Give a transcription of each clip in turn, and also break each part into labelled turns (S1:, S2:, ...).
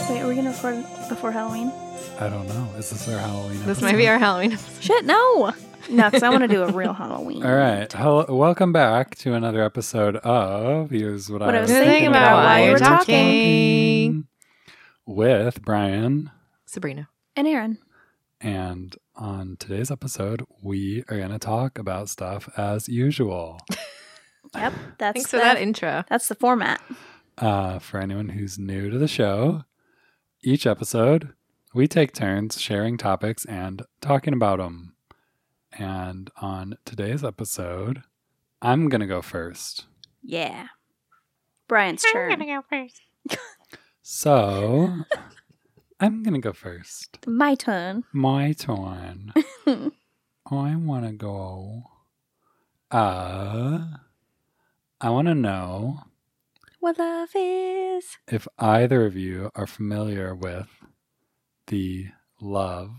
S1: before before Halloween?
S2: I don't know. Is this our Halloween?
S3: This
S2: episode?
S3: might be our Halloween episode.
S1: Shit, no. No, because I want to do a real Halloween.
S2: All right. Hello, welcome back to another episode of Here's What,
S1: What
S2: I
S1: I
S2: Was
S1: was
S3: Thinking
S1: thinking
S3: about
S1: about
S3: why
S1: while
S3: you're
S1: we're
S3: talking.
S2: With Brian.
S3: Sabrina.
S1: And Aaron.
S2: And on today's episode, we are going to talk about stuff as usual.
S1: Yep. That's
S3: Thanks for
S1: the-
S3: that intro.
S1: That's the format.
S2: Uh, for anyone who's new to the show, each episode, we take turns sharing topics and talking about them. And on today's episode, I'm going to go first.
S1: Yeah. Brian's turn.
S3: go first.
S2: So I'm going to go first.
S1: My turn.
S2: My turn. I want to go. Uh, I want to know
S1: What love is.
S2: if either of you are familiar with the Love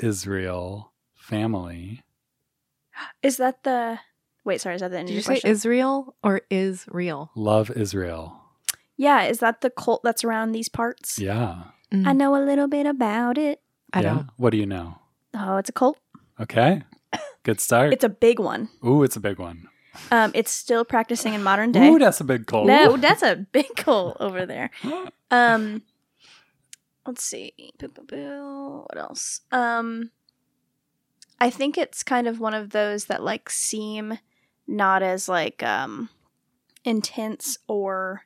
S2: Israel family.
S1: Is that the. Wait, sorry. Is that the end
S3: Did
S1: of
S3: you
S1: your
S3: say
S1: question?
S3: Israel or is real?
S2: Love Israel.
S1: yeah, is that the cult that's around these parts?
S2: Yeah.
S1: I know a little bit about it.
S3: I
S2: yeah.
S3: don't.
S2: What do you know?
S1: Oh, it's a cult.
S2: Okay. Good start.
S1: It's a big one.
S2: Ooh, it's a big one.
S1: Um, it's still practicing in modern day.
S2: Ooh, that's a big cold.
S1: No, that's a big hole over there. Um, let's see. Boo, boo, boo. What else? Um, I think it's kind of one of those that like seem not as like um intense or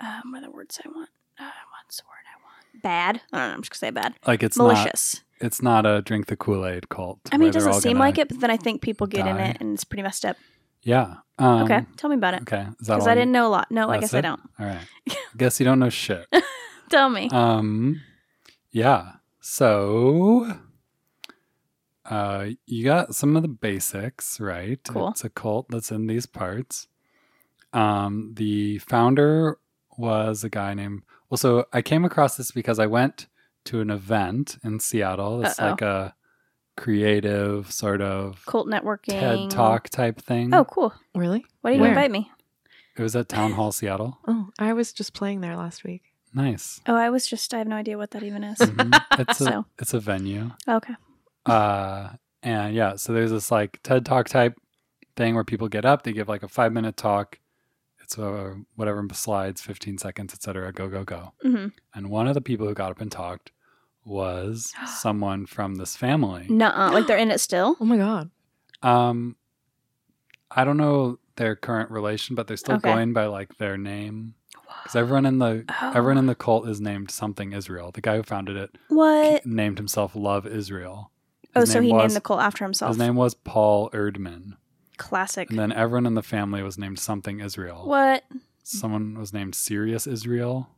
S1: um, what are the words I want? Uh, what's the word I want? Bad. I don't know. I'm just gonna say bad.
S2: like it's not
S1: Malicious.
S2: it's not a drink the Kool Aid cult.
S1: I mean,
S2: where
S1: it
S2: they're
S1: doesn't
S2: all
S1: seem
S2: gonna-
S1: like it, but then I think people get in
S2: die.
S1: it, and it's pretty messed up.
S2: Yeah. Um,
S1: okay, tell me about it.
S2: Okay. Is that
S1: Because
S2: all
S1: I
S2: you-
S1: didn't know a lot. No, I
S2: That's
S1: guess
S2: it?
S1: I don't.
S2: All right. Guess you don't know shit.
S1: Tell me.
S2: Um. Yeah. So. Uh, you got some of the basics right.
S1: Cool.
S2: It's a cult that's in these parts. Um, the founder was a guy named. Well, so I came across this because I went to an event in Seattle. It's
S1: Uh-oh.
S2: like a creative sort of
S1: Cult networking.
S2: TED Talk type thing.
S1: Oh, cool.
S3: Really?
S1: Why didn't
S2: Yeah.
S1: you invite me?
S2: It was at Town Hall Seattle.
S3: Oh, I was just playing there last week.
S2: Nice.
S1: Oh, I was just, I have no idea what that even is.
S2: Mhm. It's a
S1: So.
S2: it's a venue.
S1: okay.
S2: Uh and yeah, so there's this like TED Talk type thing where people get up, they give like a five minute talk. It's uh, whatever slides, fifteen seconds, etc. Go go go.
S1: hmm
S2: And one of the people who got up and talked was someone from this family.
S1: Nuh Like they're in it still?
S3: Oh my god.
S2: Um, I don't know their current relation, but they're still
S1: Okay.
S2: going by like their name because everyone in the
S1: Oh.
S2: everyone in the cult is named something Israel. The guy who founded it
S1: What?
S2: named himself Love
S1: Uh,
S2: Israel.
S1: Oh,
S2: His
S1: so
S2: name
S1: he
S2: was,
S1: named the cult after himself.
S2: His name was Paul Erdman,
S1: Classic.
S2: and then everyone in the family was named something Israel.
S1: What?
S2: Someone was named Sirius Israel.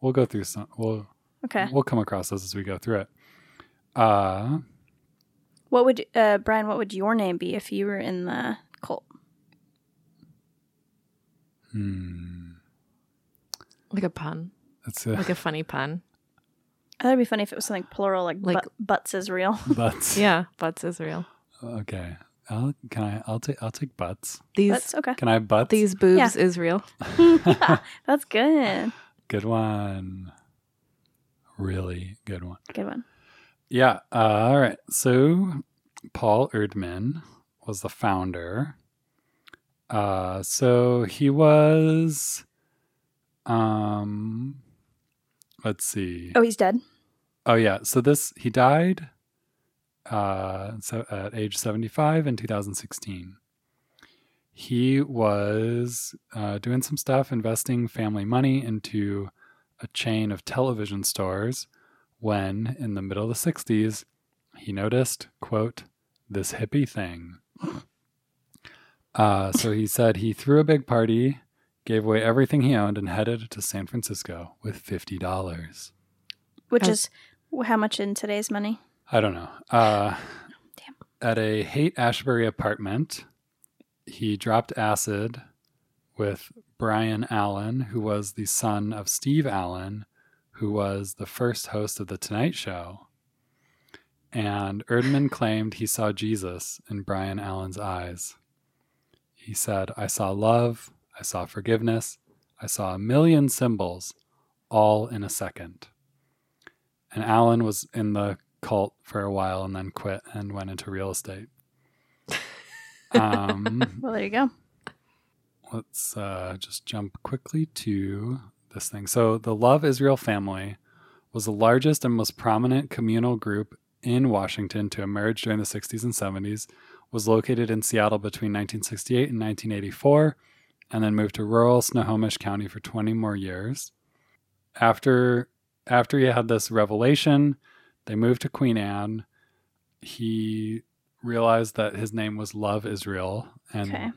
S2: We'll go through some. We'll
S1: Okay.
S2: we'll come across those as we go through it. Uh,
S1: What would, uh, Brian, what would your name be if you were in the cult?
S2: hmm,
S3: Like a pun.
S2: that's it.
S3: Like a funny pun.
S1: I thought it'd Oh, be funny if it was something plural, like,
S3: Like-
S1: but, butts is real.
S2: But
S3: Yeah, butts is real.
S2: Okay. I'll, can I? I'll take. I'll take butts.
S3: These
S1: That's okay.
S2: Can I butts?
S3: these boobs is real.
S1: That's good.
S2: good one. Really good one.
S1: Good one.
S2: Yeah. Uh, all right. So Paul Erdman was the founder. Uh, so he was, um, let's see.
S1: Oh, he's dead.
S2: Oh yeah. So this he died uh so at age 75 in 2016. He was uh, doing some stuff investing family money into a chain of television stores when in the middle of the 60s he noticed, quote, this hippie thing. Uh, so he said he threw a big party, gave away everything he owned, and headed to San Francisco with fifty dollars.
S1: Which
S3: Oh.
S1: is how much in today's money?
S2: I don't know. Uh,
S1: Damn.
S2: At a Haight Ashbury apartment, he dropped acid with Brian Allen, who was the son of Steve Allen, who was the first host of The Tonight Show. And Erdman claimed he saw Jesus in Brian Allen's eyes. He said, I saw love, I saw forgiveness, I saw a million symbols, all in a second. And Alan was in the cult for a while and then quit and went into real estate. Um,
S1: Well, there you go.
S2: let's uh, just jump quickly to this thing. So, the Love Israel family was the largest and most prominent communal group in Washington to emerge during the 60s and 70s. Was located in Seattle between 1968 and 1984, and then moved to rural Snohomish County for 20 more years. After after he had this revelation, they moved to Queen Anne. He realized that his name was Love Israel, and
S1: Okay.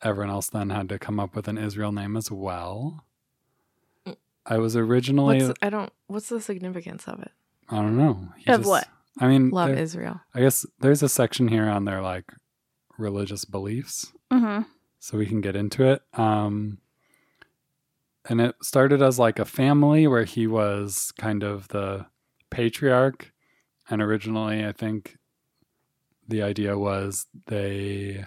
S2: everyone else then had to come up with an Israel name as well. I was originally
S3: What's, I don't. What's the significance of it?
S2: I don't know he
S1: Of what?
S2: I mean,
S3: Love
S2: there-
S3: Israel.
S2: I guess there's a section here on their like religious beliefs,
S1: hmm
S2: so we can get into it. Um, and it started as like a family where he was kind of the patriarch, and originally I think the idea was they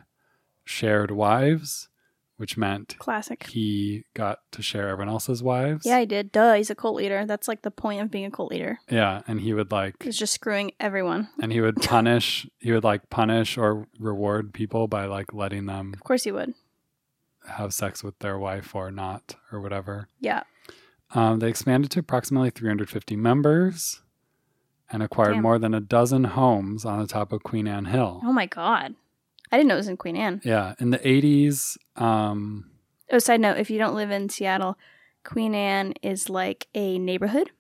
S2: shared wives, which meant
S1: Classic.
S2: he got to share everyone else's wives.
S1: Yeah, I did. Duh, he's a cult leader. That's like the point of being a cult leader.
S2: Yeah, and he would like
S1: He's just screwing everyone.
S2: and he would punish he would like punish or reward people by like letting them
S1: Of course he would.
S2: have sex with their wife or not or whatever.
S1: Yeah.
S2: Um, they expanded to approximately 350 members and acquired
S1: Damn.
S2: more than a dozen homes on the top of Queen Anne Hill.
S1: Oh my god. I didn't know it was in Queen Anne.
S2: Yeah, in the 80s, um,
S1: Oh, side note, if you don't live in Seattle, Queen Anne is like a neighborhood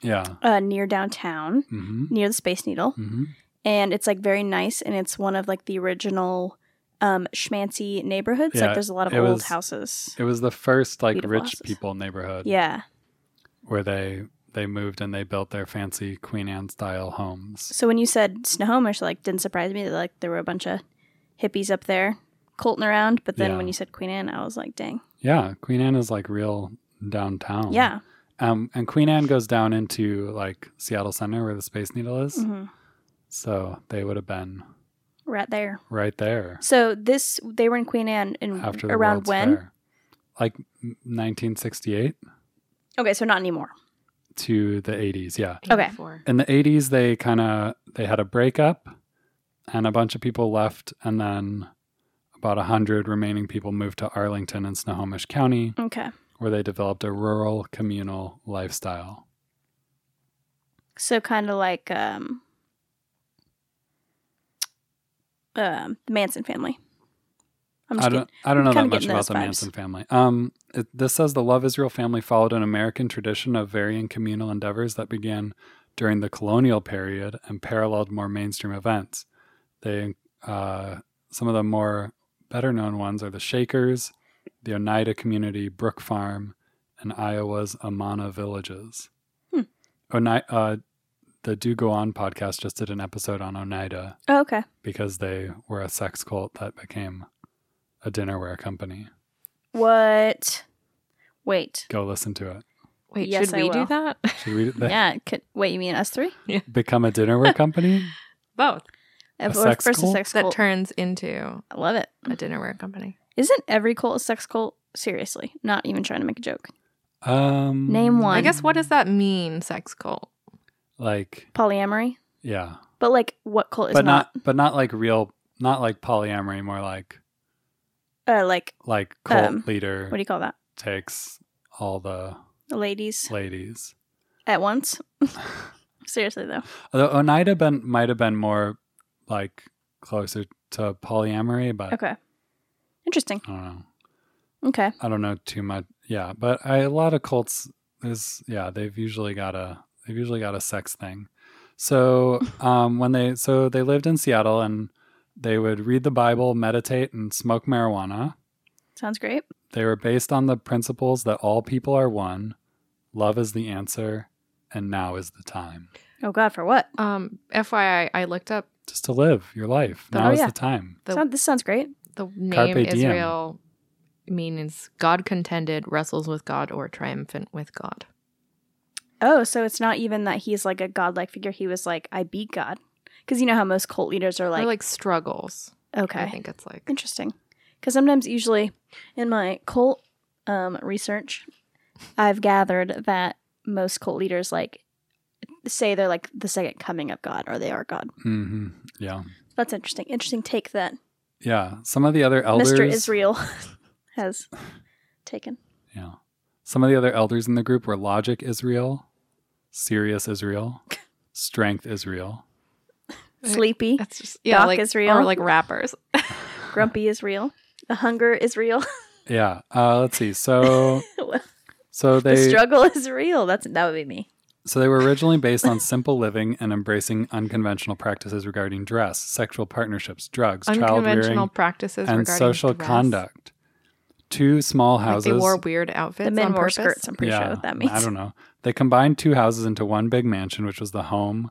S2: yeah.
S1: uh, near downtown,
S2: hmm
S1: near the Space Needle.
S2: hmm
S1: And it's like very nice and it's one of like the original um schmancy neighborhoods.
S2: Yeah,
S1: like there's a lot of
S2: it
S1: old
S2: was-
S1: houses.
S2: It was the first like
S1: Beautiful
S2: rich
S1: houses.
S2: people neighborhood
S1: Yeah.
S2: where they they moved and they built their fancy Queen Anne style homes.
S1: So when you said Snohomish, like didn't surprise me that like there were a bunch of hippies up there colting around, but then
S2: Yeah.
S1: when you said Queen Anne, I was like, dang.
S2: Yeah, Queen Anne is like real downtown.
S1: Yeah.
S2: Um, and Queen Anne goes down into like Seattle Center where the Space Needle is.
S1: hmm
S2: So they would have been
S1: We're at there.
S2: right there
S1: So this they were in Queen Anne in
S2: after the
S1: Mm, around
S2: World's
S1: when?
S2: Fair. Like 1968
S1: Okay, so not anymore.
S2: to the 80s, yeah.
S1: Okay.
S3: 84.
S2: In the 80s they kind of they had a breakup and a bunch of people left and then about 100 remaining people moved to Arlington and Snohomish County
S1: Okay.
S2: where they developed a rural communal lifestyle.
S1: So kind of like um um the Manson family. I'm
S2: I
S1: just kidding.
S2: don't, I don't know that
S1: kinda
S2: much
S1: getting
S2: about
S1: those
S2: the
S1: vibes.
S2: Manson family. Um, it, this says the Love Israel family followed an American tradition of varying communal endeavors that began during the colonial period and paralleled more mainstream events. They, uh, some of the more better known ones are the Shakers, the Oneida community, Brook Farm, and Iowa's Amana villages.
S1: Hmm.
S2: Oni- uh, the Do Go On podcast just did an episode on Oneida
S1: Oh, okay.
S2: because they were a sex cult that became a dinnerware company.
S1: What? Wait.
S2: Go listen to it.
S3: Wait,
S1: Yes,
S3: should
S1: I
S3: we
S1: will.
S3: do that?
S2: Should we they
S1: Yeah. Could, wait, you mean us three?
S2: become a dinnerware company?
S3: Both.
S1: Of
S2: A
S1: or
S2: sex
S1: first a
S2: cult?
S1: sex
S3: That
S1: cult.
S3: turns into
S1: I love it.
S3: a dinnerware company.
S1: Isn't every cult a sex cult? Seriously, not even trying to make a joke.
S2: Um,
S1: Name
S3: I
S1: one.
S3: guess what does that mean, sex cult?
S2: Like,
S1: Polyamory,
S2: yeah,
S1: but like what cult is
S2: but
S1: not,
S2: not, but not like real, not like polyamory. More like
S1: uh, like
S2: like cult
S1: Um,
S2: leader
S1: what do you call that?
S2: takes all the
S1: The ladies
S2: ladies.
S1: at once. Seriously though,
S2: Although Oneida been might have been more like closer to polyamory, but
S1: okay, interesting.
S2: I don't know.
S1: Okay,
S2: I don't know too much. Yeah, but I, a lot of cults is yeah they've usually got a they've usually got a sex thing. So um, when they so they lived in Seattle and they would read the Bible, meditate, and smoke marijuana.
S1: sounds great.
S2: They were based on the principles that all people are one, love is the answer, and now is the time.
S1: Oh God, for what?
S3: Um, FYI, I looked up
S2: Just to live your life.
S3: Oh,
S2: Now is
S1: yeah.
S2: the time.
S3: The-
S1: Sound- this sounds great.
S3: the name
S2: Carpe diem.
S3: Israel means God contended, wrestles with God, or triumphant with God.
S1: Oh, so it's not even that he's like a godlike figure. He was like, I beat God, because you know how most cult leaders are
S3: Like,
S1: like,
S3: or like struggles. I
S1: okay,
S3: think it's like
S1: Interesting. Because sometimes, usually, in my cult um, research, I've gathered that most cult leaders like say they're like the second coming of God or they are God.
S2: hmm Yeah.
S1: That's interesting. Interesting take that
S2: Yeah. Some of the other elders.
S1: Mr. Israel has taken.
S2: Yeah. Some of the other elders in the group were Logic Israel, Serious Israel, Strength Israel.
S1: Sleepy,
S3: That's just yeah,
S1: Doc
S3: like
S1: is real.
S3: or like rappers.
S1: grumpy is real. The hunger is real.
S2: Yeah. Uh, let's see. So,
S1: Well,
S2: so
S1: the
S2: they
S1: struggle is real. That's that would be me.
S2: so they were originally based on simple living and embracing unconventional practices regarding dress, sexual partnerships, drugs, child
S3: Unconventional
S2: rearing,
S3: practices
S2: and
S3: regarding
S2: social
S3: dress.
S2: conduct. Two small
S3: Like
S2: houses.
S3: they wore weird outfits.
S1: the men
S3: on
S1: wore
S3: purpose.
S1: skirts. I'm pretty sure what that means.
S2: I don't know. They combined two houses into one big mansion, which was the home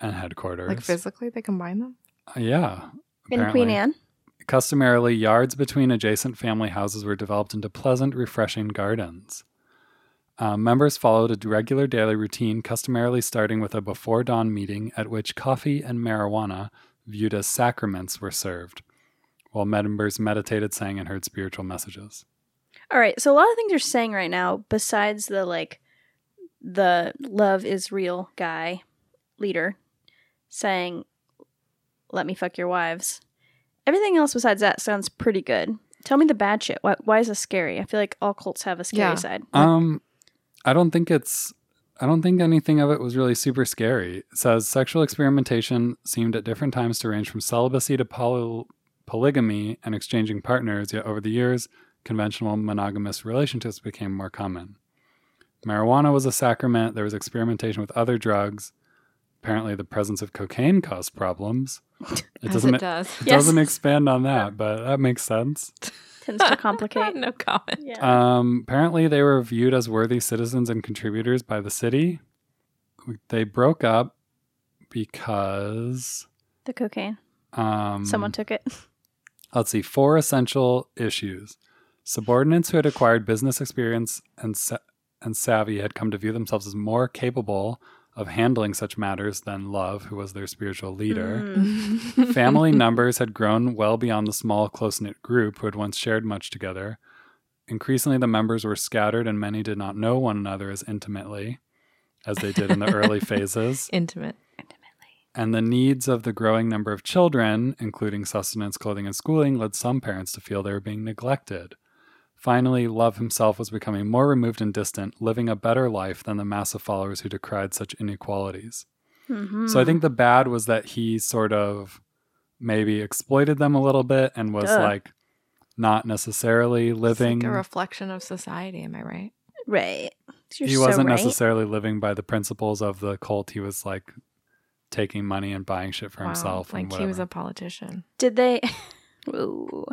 S2: and headquarters.
S3: Like physically, they combine them.
S2: Uh, yeah.
S1: In Queen
S2: apparently.
S1: Anne,
S2: Customarily, yards between adjacent family houses were developed into pleasant, refreshing gardens. Uh, members followed a regular daily routine, customarily starting with a before dawn meeting at which coffee and marijuana, viewed as sacraments, were served, while members meditated, sang, and heard spiritual messages.
S1: All right, so a lot of things you're saying right now, besides the like the love is real guy leader saying, "Let me fuck your wives." Everything else besides that sounds pretty good. Tell me the bad shit. Why, why is this scary? I feel like all cults have a scary
S3: Yeah.
S1: side.
S2: Um, I don't think it's. I don't think anything of it was really super scary. It says sexual experimentation seemed at different times to range from celibacy to poly- polygamy and exchanging partners. Yet over the years, conventional monogamous relationships became more common. Marijuana was a sacrament. There was experimentation with other drugs. Apparently, the presence of cocaine caused problems. It
S3: As
S2: doesn't.
S3: it does.
S2: it
S1: Yes.
S2: doesn't expand on that, but that makes sense.
S1: Tends to complicate.
S3: no comment.
S1: yeah.
S2: Um, apparently, they were viewed as worthy citizens and contributors by the city. They broke up because
S1: the cocaine.
S2: um,
S1: Someone took it.
S2: let's see, four essential issues. Subordinates who had acquired business experience and sa- and savvy had come to view themselves as more capable of handling such matters than Love, who was their spiritual leader.
S1: Mm.
S2: Family numbers had grown well beyond the small, close knit group who had once shared much together. Increasingly, the members were scattered, and many did not know one another as intimately as they did in the early phases.
S3: Intimate.
S2: And the needs of the growing number of children, including sustenance, clothing, and schooling, led some parents to feel they were being neglected. Finally, Love himself was becoming more removed and distant, living a better life than the mass of followers who decried such inequalities.
S1: Mhm.
S3: Mm.
S2: So I think the bad was that he sort of maybe exploited them a little bit and was
S1: Duh.
S2: like not necessarily
S3: It's
S2: living.
S3: like a reflection of society. Am I right?
S1: right. You're
S2: he
S1: so
S2: wasn't
S1: right.
S2: necessarily living by the principles of the cult. He was like taking money and buying shit for
S3: Wow,
S2: himself.
S3: Like
S2: and whatever.
S3: he was a politician.
S1: Did they? Ooh.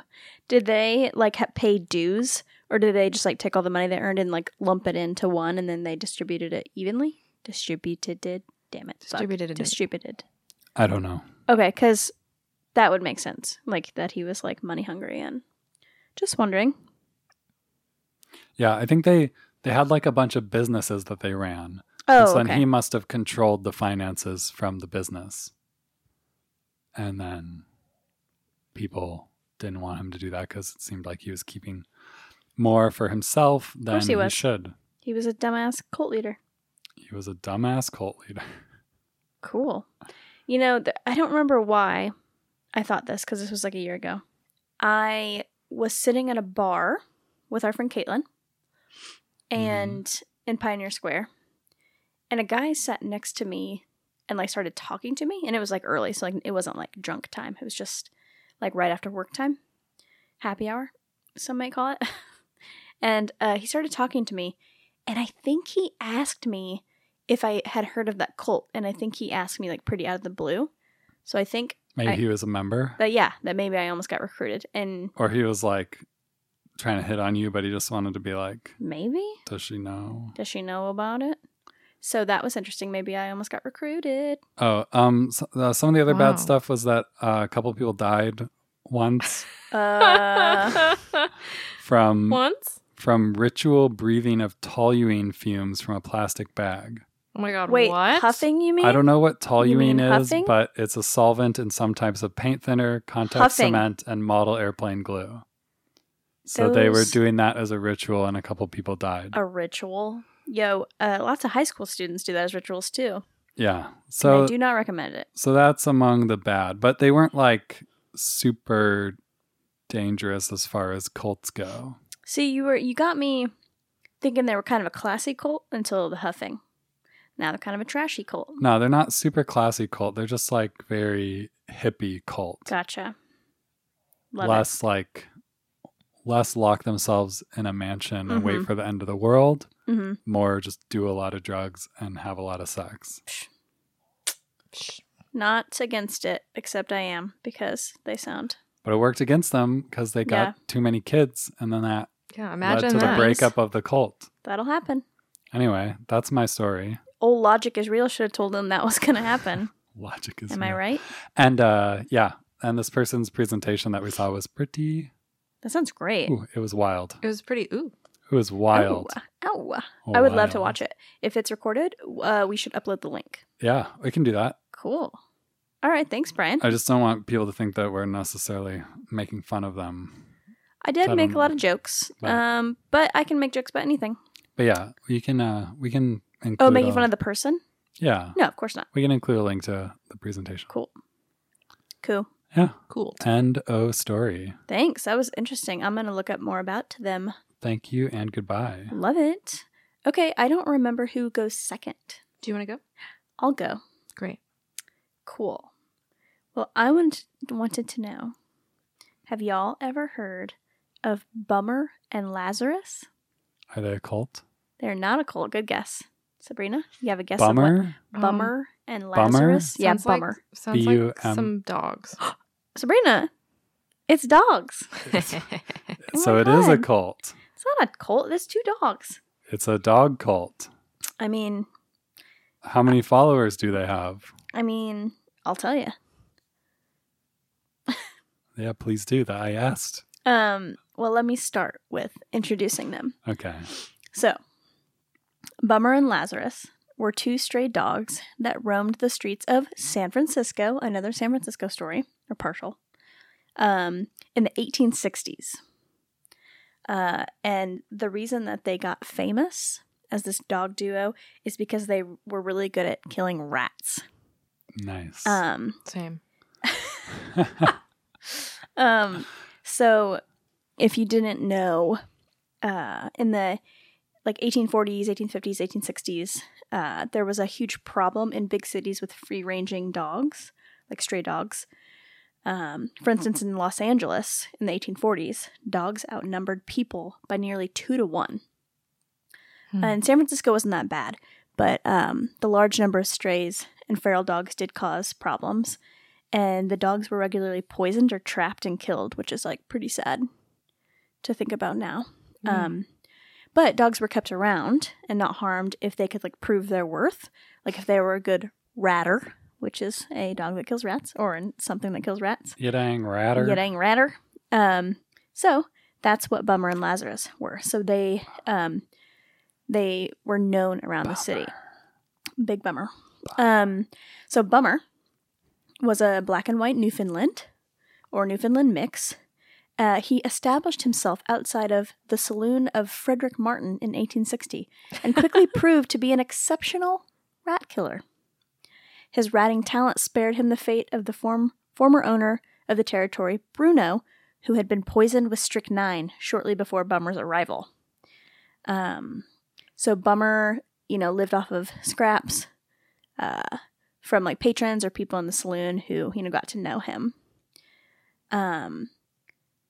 S1: Did they like ha- pay dues, or did they just like take all the money they earned and like lump it into one, and then they distributed it evenly? Distributed it. Damn it. Fuck.
S3: Distributed. it.
S1: Distributed.
S2: I don't know.
S1: Okay, because that would make sense. Like that he was like money hungry and just wondering.
S2: Yeah, I think they they had like a bunch of businesses that they ran. and so
S1: Oh,
S2: then
S1: okay.
S2: he must have controlled the finances from the business. And then people didn't want him to do that because it seemed like he was keeping more for himself than
S1: course he
S2: he,
S1: was.
S2: should.
S1: he was a dumbass cult leader.
S2: He was a dumbass cult leader.
S1: Cool. You know, th- I don't remember why I thought this because this was like a year ago. I was sitting at a bar with our friend Caitlin and in Pioneer Square, and a guy sat next to me and like started talking to me. And it was like early, so like it wasn't like drunk time, it was just like right after work time, happy hour, some might call it. and uh, he started talking to me, and I think he asked me if I had heard of that cult, and I think he asked me like pretty out of the blue. So I think
S2: Maybe
S1: I-
S2: he was a member,
S1: that yeah, that maybe I almost got recruited, and
S2: or he was like trying to hit on you, but he just wanted to be like,
S1: maybe
S2: "Does she know?"
S1: does she know about it? So that was interesting. Maybe I almost got recruited.
S2: Oh, um, so, uh, some of the other
S3: Wow.
S2: bad stuff was that uh, a couple people died once
S1: Uh,
S2: from
S3: Once.
S2: from ritual breathing of toluene fumes from a plastic bag.
S3: Oh my god.
S1: wait,
S3: what?
S1: huffing? You mean?
S2: I don't know what
S1: You mean
S2: toluene is,
S1: huffing?
S2: but it's a solvent in some types of paint thinner, contact
S1: Huffing.
S2: cement, and model airplane glue. So they were
S1: Those-
S2: doing that as a ritual, and a couple people died.
S1: a ritual. Yo, uh, lots of high school students do that as rituals too.
S2: Yeah.
S1: So I
S2: So
S1: do not recommend it.
S2: so that's among the bad, but they weren't like super dangerous as far as cults go.
S1: See, you were you got me thinking they were kind of a classy cult until the huffing. Now they're kind of a trashy cult.
S2: No, they're not super classy cult. They're just like very hippie cult.
S1: Gotcha. Love it.
S2: less like less lock themselves in a mansion and wait
S1: Mhm.
S2: for the end of the world.
S1: hmm
S2: More just do a lot of drugs and have a lot of sex.
S1: Not against it, except I am because they sound.
S2: But it worked against them because they got too many kids, and then that
S3: Yeah,
S2: led
S3: imagine
S2: to
S3: that.
S2: the breakup of the cult.
S1: That'll happen.
S2: Anyway, that's my story.
S1: Old logic is real. Should have told them that was going to happen.
S2: Logic is
S1: Am I
S2: real.
S1: right?
S2: And uh, yeah, and this person's presentation that we saw was pretty.
S1: That sounds great.
S2: Ooh, it was wild.
S3: It was pretty ooh.
S2: It was wild. Oh,
S1: Ow. Ow. I would love to
S2: Wild.
S1: watch it. If it's recorded, uh, we should upload the link.
S2: Yeah, we can do that.
S1: Cool. All right. Thanks, Brian.
S2: I just don't want people to think that we're necessarily making fun of them.
S1: I did
S2: I
S1: make
S2: don't
S1: a lot of jokes,
S2: But-
S1: um, but I can make jokes about anything.
S2: But yeah, we can uh we can include
S1: Oh, making
S2: a-
S1: fun of the person?
S2: Yeah.
S1: No, of course not.
S2: We can include a link to the presentation.
S1: Cool. Cool.
S2: Yeah.
S3: Cool.
S2: End O story.
S1: Thanks. That was interesting. I'm going to look up more about them.
S2: Thank you and goodbye.
S1: Love it. Okay, I don't remember who goes second.
S3: Do you want to go?
S1: I'll go.
S3: Great.
S1: Cool. Well, I want, wanted to know have y'all ever heard of Bummer and Lazarus?
S2: Are they a cult?
S1: They're not a cult. Good guess. Sabrina, you have a guess of what?
S2: Bummer?
S1: Bummer and
S2: Bummer?
S1: Lazarus? Yeah,
S3: Sounds like-
S1: Bummer.
S3: sounds
S2: B-U-M.
S3: like some dogs.
S1: Sabrina, it's dogs. Oh
S2: so
S1: my
S2: it is a
S1: God.
S2: cult.
S1: It's not a cult. There's two dogs.
S2: It's a dog cult.
S1: I mean,
S2: How many followers do they have?
S1: I mean, I'll tell you.
S2: Yeah, please do that. I asked.
S1: Um, well, let me start with introducing them.
S2: Okay.
S1: So, Bummer and Lazarus were two stray dogs that roamed the streets of San Francisco, another San Francisco story, or partial, um, in the 1860s. Uh, and the reason that they got famous as this dog duo is because they were really good at killing rats.
S2: Nice.
S1: Um,
S3: Same.
S1: um so if you didn't know uh in the like 1840s 1850s 1860s uh there was a huge problem in big cities with free ranging dogs like stray dogs um, for instance in los angeles in the 1840s dogs outnumbered people by nearly two to one
S3: Hmm.
S1: and san francisco wasn't that bad but um, the large number of strays and feral dogs did cause problems and the dogs were regularly poisoned or trapped and killed, which is like pretty sad to think about now.
S3: Mm.
S1: Um, but dogs were kept around and not harmed if they could like prove their worth, like if they were a good ratter, which is a dog that kills rats or in- something that kills rats.
S2: Yidang Ratter.
S1: Yet dang ratter. Um, so that's what Bummer and Lazarus were. So they um, they were known around the city. Big bummer. Um, so Bummer was a black and white Newfoundland or Newfoundland mix. Uh, he established himself outside of the saloon of Frederick Martin in 1860 and quickly proved to be an exceptional rat killer. His ratting talent spared him the fate of the form, former owner of the territory, Bruno, who had been poisoned with strychnine shortly before Bummer's arrival. Um, so Bummer, you know, lived off of scraps uh, from like patrons or people in the saloon who you know got to know him. Um,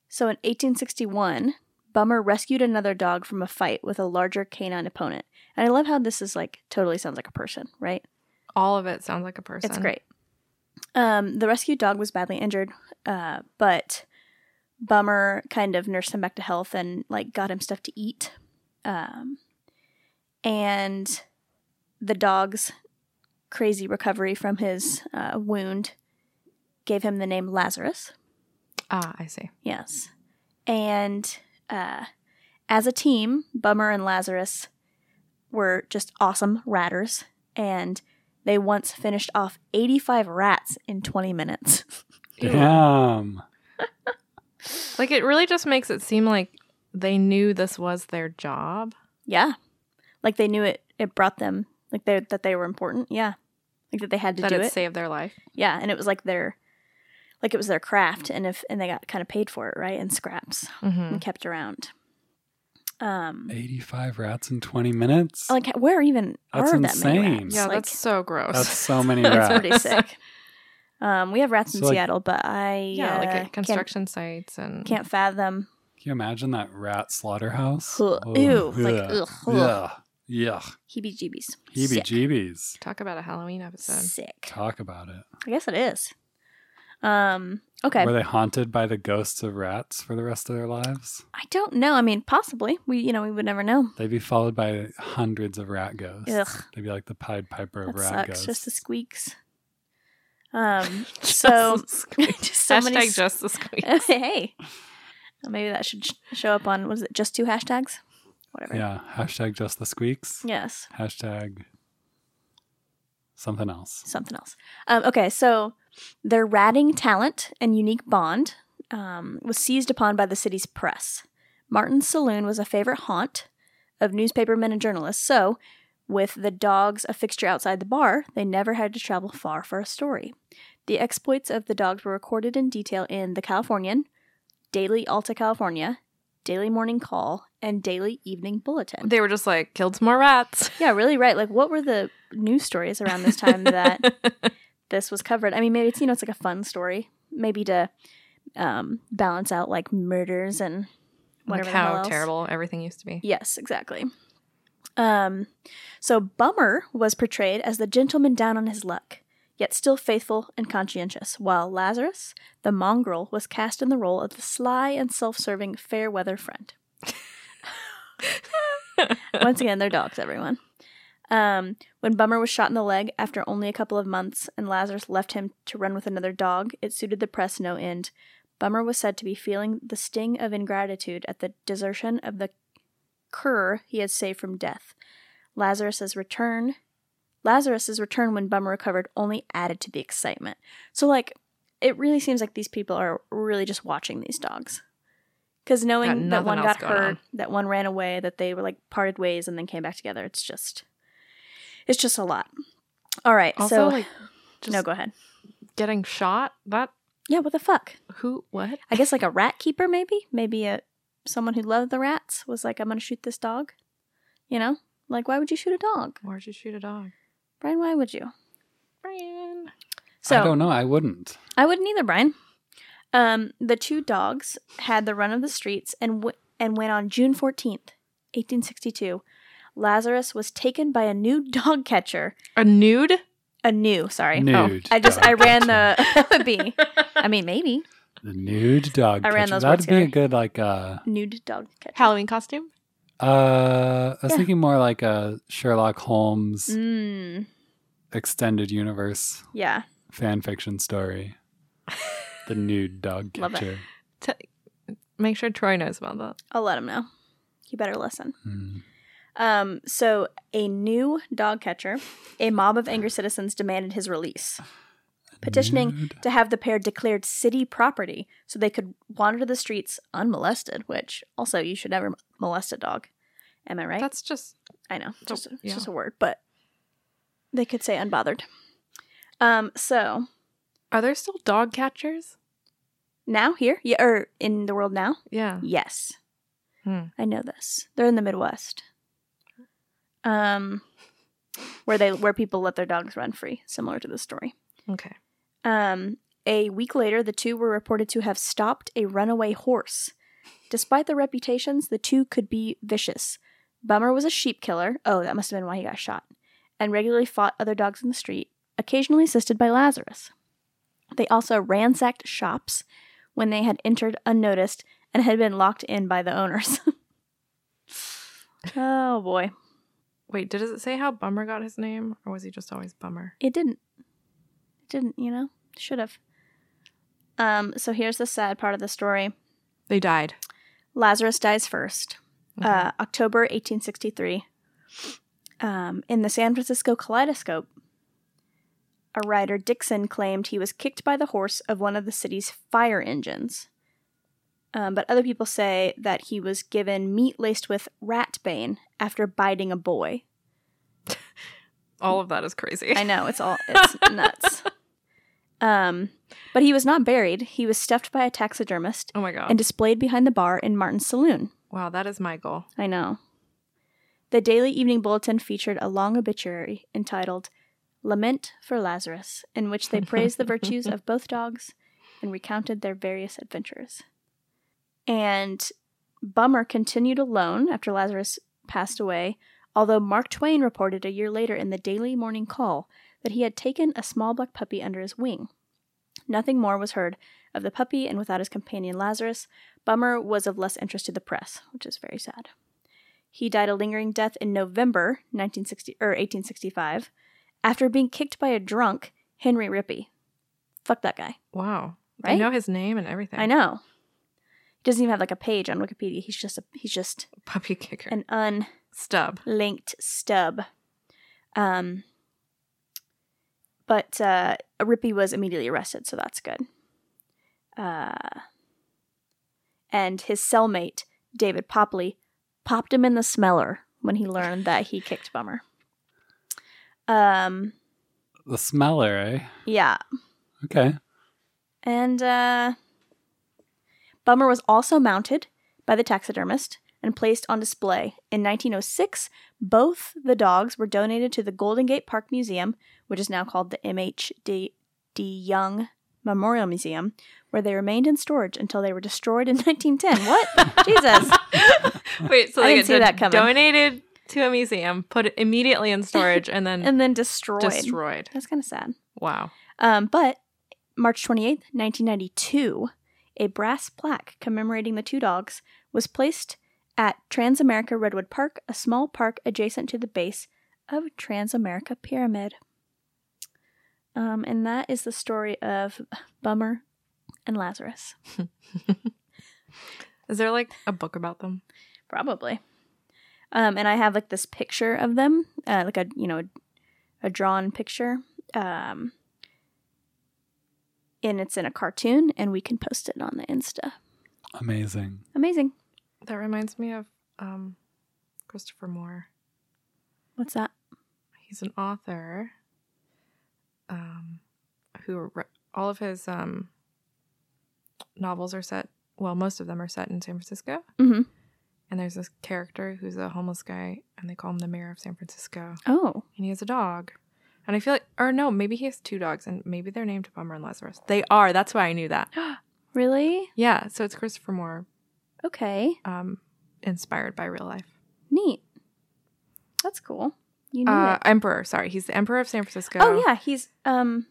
S1: so in 1861, Bummer rescued another dog from a fight with a larger canine opponent, and I love how this is like totally sounds like a person, right?
S3: All of it sounds like a person.
S1: It's great. Um, the rescued dog was badly injured, uh, but Bummer kind of nursed him back to health and like got him stuff to eat. Um, and the dog's crazy recovery from his uh, wound gave him the name Lazarus.
S3: Ah, I see.
S1: Yes. And uh, as a team, Bummer and Lazarus were just awesome ratters, and they once finished off 85 rats in 20 minutes.
S2: Damn.
S3: Like it really just makes it seem like they knew this was their job.
S1: yeah. Like they knew it, it brought them, like they, that they were important. Yeah. like that they had to
S3: that
S1: do
S3: it,
S1: it.
S3: saved their life.
S1: Yeah, and it was like their like it was their craft and if and they got kind of paid for it, right? In scraps
S3: Mm-hmm.
S1: and kept around. Um
S2: 85 rats in 20 minutes?
S1: like where even
S2: That's
S1: are that many
S2: insane.
S1: rats?
S3: Yeah,
S1: like,
S3: that's so gross.
S2: That's so many
S1: that's
S2: rats.
S1: pretty sick. Um we have rats in
S2: So, like-
S1: Seattle, but I uh,
S3: yeah, like at
S1: can't,
S3: construction sites and
S1: can't fathom.
S2: Can you imagine that rat slaughterhouse?
S1: Ugh,
S2: Oh,
S1: ew, like,
S2: yeah,
S1: ugh, ugh.
S2: yeah, Yuck.
S1: Heebie jeebies.
S2: Heebie jeebies.
S3: talk about a Halloween episode.
S1: Sick.
S2: Talk about it.
S1: I guess it is. Um okay.
S2: Were they haunted by the ghosts of rats for the rest of their lives?
S1: I don't know. I mean, possibly. We you know, we would never know.
S2: They'd be followed by hundreds of rat ghosts.
S1: Ugh.
S2: They'd be like the Pied Piper of
S1: That
S2: rat
S1: sucks.
S2: ghosts.
S1: Just the squeaks. Um so just so
S3: Hashtag
S1: many
S3: just the squeak.
S1: hey. Well, Maybe that should sh- show up on was it just two hashtags? Whatever.
S2: yeah. Hashtag just the squeaks.
S1: Yes,
S2: Hashtag something else.
S1: something else. Um, okay, so their ratting talent and unique bond um, was seized upon by the city's press. Martin's saloon was a favorite haunt of newspapermen and journalists, so with the dogs a fixture outside the bar, they never had to travel far for a story. The exploits of the dogs were recorded in detail in The Californian, Daily Alta California, Daily Morning Call, and Daily Evening Bulletin.
S3: They were just like killed some more rats.
S1: Yeah, really right. Like, what were the news stories around this time that this was covered? I mean, maybe it's you know it's like a fun story, maybe to um, balance out like murders and
S3: like
S1: whatever. the hell
S3: how
S1: else.
S3: terrible everything used to be.
S1: Yes, exactly. Um, so Bummer was portrayed as the gentleman down on his luck, yet still faithful and conscientious, while Lazarus, the mongrel, was cast in the role of the sly and self-serving fair weather friend. Once again, they're dogs, everyone. Um, when Bummer was shot in the leg after only a couple of months and Lazarus left him to run with another dog, it suited the press no end. Bummer was said to be feeling the sting of ingratitude at the desertion of the cur he had saved from death. Lazarus's return Lazarus's return when Bummer recovered only added to the excitement. So like it really seems like these people are really just watching these dogs. Cuz knowing that
S3: nothing
S1: one
S3: else
S1: got
S3: going
S1: hurt,
S3: on.
S1: that one ran away, that they were like parted ways and then came back together, it's just it's just a lot. All right.
S3: Also,
S1: so
S3: like just
S1: no, go ahead.
S3: getting shot. That
S1: Yeah, what the fuck?
S3: who what?
S1: I guess like a rat keeper, maybe. Maybe a someone who loved the rats was like, "I'm gonna shoot this dog." You know, like why would you shoot a dog,
S3: Why'd you shoot a dog?
S1: Brian? Why would you?
S3: Brian.
S1: So
S2: I don't know. I wouldn't.
S1: I wouldn't either, Brian. Um, the two dogs had the run of the streets, and w- and when on June fourteenth, eighteen sixty two, Lazarus was taken by a new dog catcher.
S3: A nude?
S1: A new, sorry, Oh,
S2: Nude.
S1: I just I
S2: dog
S1: ran
S2: catcher.
S1: the B. I mean, maybe
S2: the nude dog.
S1: I ran
S2: catcher.
S1: those
S2: That'd
S1: words
S2: be a
S1: together.
S2: good like uh
S1: nude dog catcher.
S3: Halloween costume?
S2: uh. I was
S1: Yeah.
S2: thinking more like a Sherlock Holmes
S1: Mm,
S2: extended universe
S1: yeah,
S2: fan fiction story. the nude dog
S1: Love it.
S2: catcher.
S3: Make sure Troy knows about that.
S1: I'll let him know. You better listen.
S2: Mm.
S1: Um, so a new dog catcher, a mob of angry citizens demanded his release, petitioning
S2: Nude.
S1: to have the pair declared city property so they could wander the streets unmolested, which also you should never molest a dog. Am I right?
S3: That's just
S1: I know. It's
S3: So-
S1: just, a- it's
S3: yeah.
S1: just a word, but they could say unbothered. Um, so
S3: are there still dog catchers?
S1: now here, yeah, or in the world now?
S3: Yeah.
S1: Yes.
S3: Hmm.
S1: I know this. They're in the Midwest. Um where they where people let their dogs run free, similar to this story.
S3: Okay.
S1: Um a week later the two were reported to have stopped a runaway horse. Despite their reputations, the two could be vicious. Bummer was a sheep killer. Oh, that must have been why he got shot. And regularly fought other dogs in the street, occasionally assisted by Lazarus. They also ransacked shops when they had entered unnoticed and had been locked in by the owners. oh boy.
S3: Wait, did does it say how Bummer got his name? Or was he just always Bummer?
S1: It didn't. It didn't, you know? Should have. Um, so here's the sad part of the story.
S3: They died.
S1: Lazarus dies first.
S3: Okay.
S1: Uh, October 1863. Um, in the San Francisco Kaleidoscope, a writer, Dixon, claimed he was kicked by the horse of one of the city's fire engines. Um, but other people say that he was given meat laced with rat bane after biting a boy.
S3: All of that is crazy.
S1: I know it's all it's nuts. Um, but he was not buried. He was stuffed by a taxidermist
S3: Oh my god.
S1: and displayed behind the bar in Martin's saloon.
S3: wow, that is my goal.
S1: I know. The Daily Evening Bulletin featured a long obituary entitled "Lament for Lazarus," in which they praised the virtues of both dogs and recounted their various adventures. And Bummer continued alone after Lazarus passed away, although Mark Twain reported a year later in the Daily Morning Call that he had taken a small black puppy under his wing. Nothing more was heard of the puppy, and without his companion Lazarus, Bummer was of less interest to the press, which is very sad. He died a lingering death in November 1960 or 1865 after being kicked by a drunk Henry Rippey. Fuck that guy.
S3: Wow. I
S1: Right?
S3: know his name and everything.
S1: I know. He doesn't even have like a page on Wikipedia. He's just a he's just
S3: Puppy kicker.
S1: an un
S3: Stub.
S1: linked stub. Um, but uh, Rippey was immediately arrested, so that's good. Uh, and his cellmate, David Popley, popped him in the smeller when he learned that he kicked Bummer. Um,
S2: The smeller, eh?
S1: yeah.
S2: Okay.
S1: And uh, Bummer was also mounted by the taxidermist and placed on display. In 1906, both the dogs were donated to the Golden Gate Park Museum, which is now called the MHD D. Young Memorial Museum, where they remained in storage until they were destroyed in 1910. What? Jesus.
S3: Wait, so
S1: I
S3: they
S1: didn't
S3: get
S1: see that coming.
S3: donated to a museum, put it immediately in storage, and then
S1: And then destroyed.
S3: Mm. destroyed.
S1: That's kind of sad.
S3: Wow.
S1: Um, but March 28th, 1992, a brass plaque commemorating the two dogs was placed at Transamerica Redwood Park, a small park adjacent to the base of Transamerica Pyramid. Um, and that is the story of Bummer and Lazarus.
S3: Is there like a book about them?
S1: Probably. Um, and I have like this picture of them, uh, like a you know, a drawn picture. Um, and it's in a cartoon, and we can post it on the Insta.
S2: Amazing.
S1: Amazing.
S3: That reminds me of um, Christopher Moore.
S1: What's that?
S3: He's an author um, who wr- all of his um, novels are set. Well, most of them are set in San Francisco.
S1: Mm-hmm.
S3: And there's this character who's a homeless guy, and they call him the mayor of San Francisco.
S1: Oh,
S3: and he has a dog. And I feel like, or no, maybe he has two dogs, and maybe they're named Bummer and Lazarus. They are. That's why I knew that.
S1: really?
S3: Yeah. So it's Christopher Moore,
S1: Okay,
S3: um, inspired by real life.
S1: neat. That's cool. You knew
S3: Uh,
S1: it.
S3: emperor. Sorry, he's the emperor of San Francisco.
S1: Oh yeah, he's um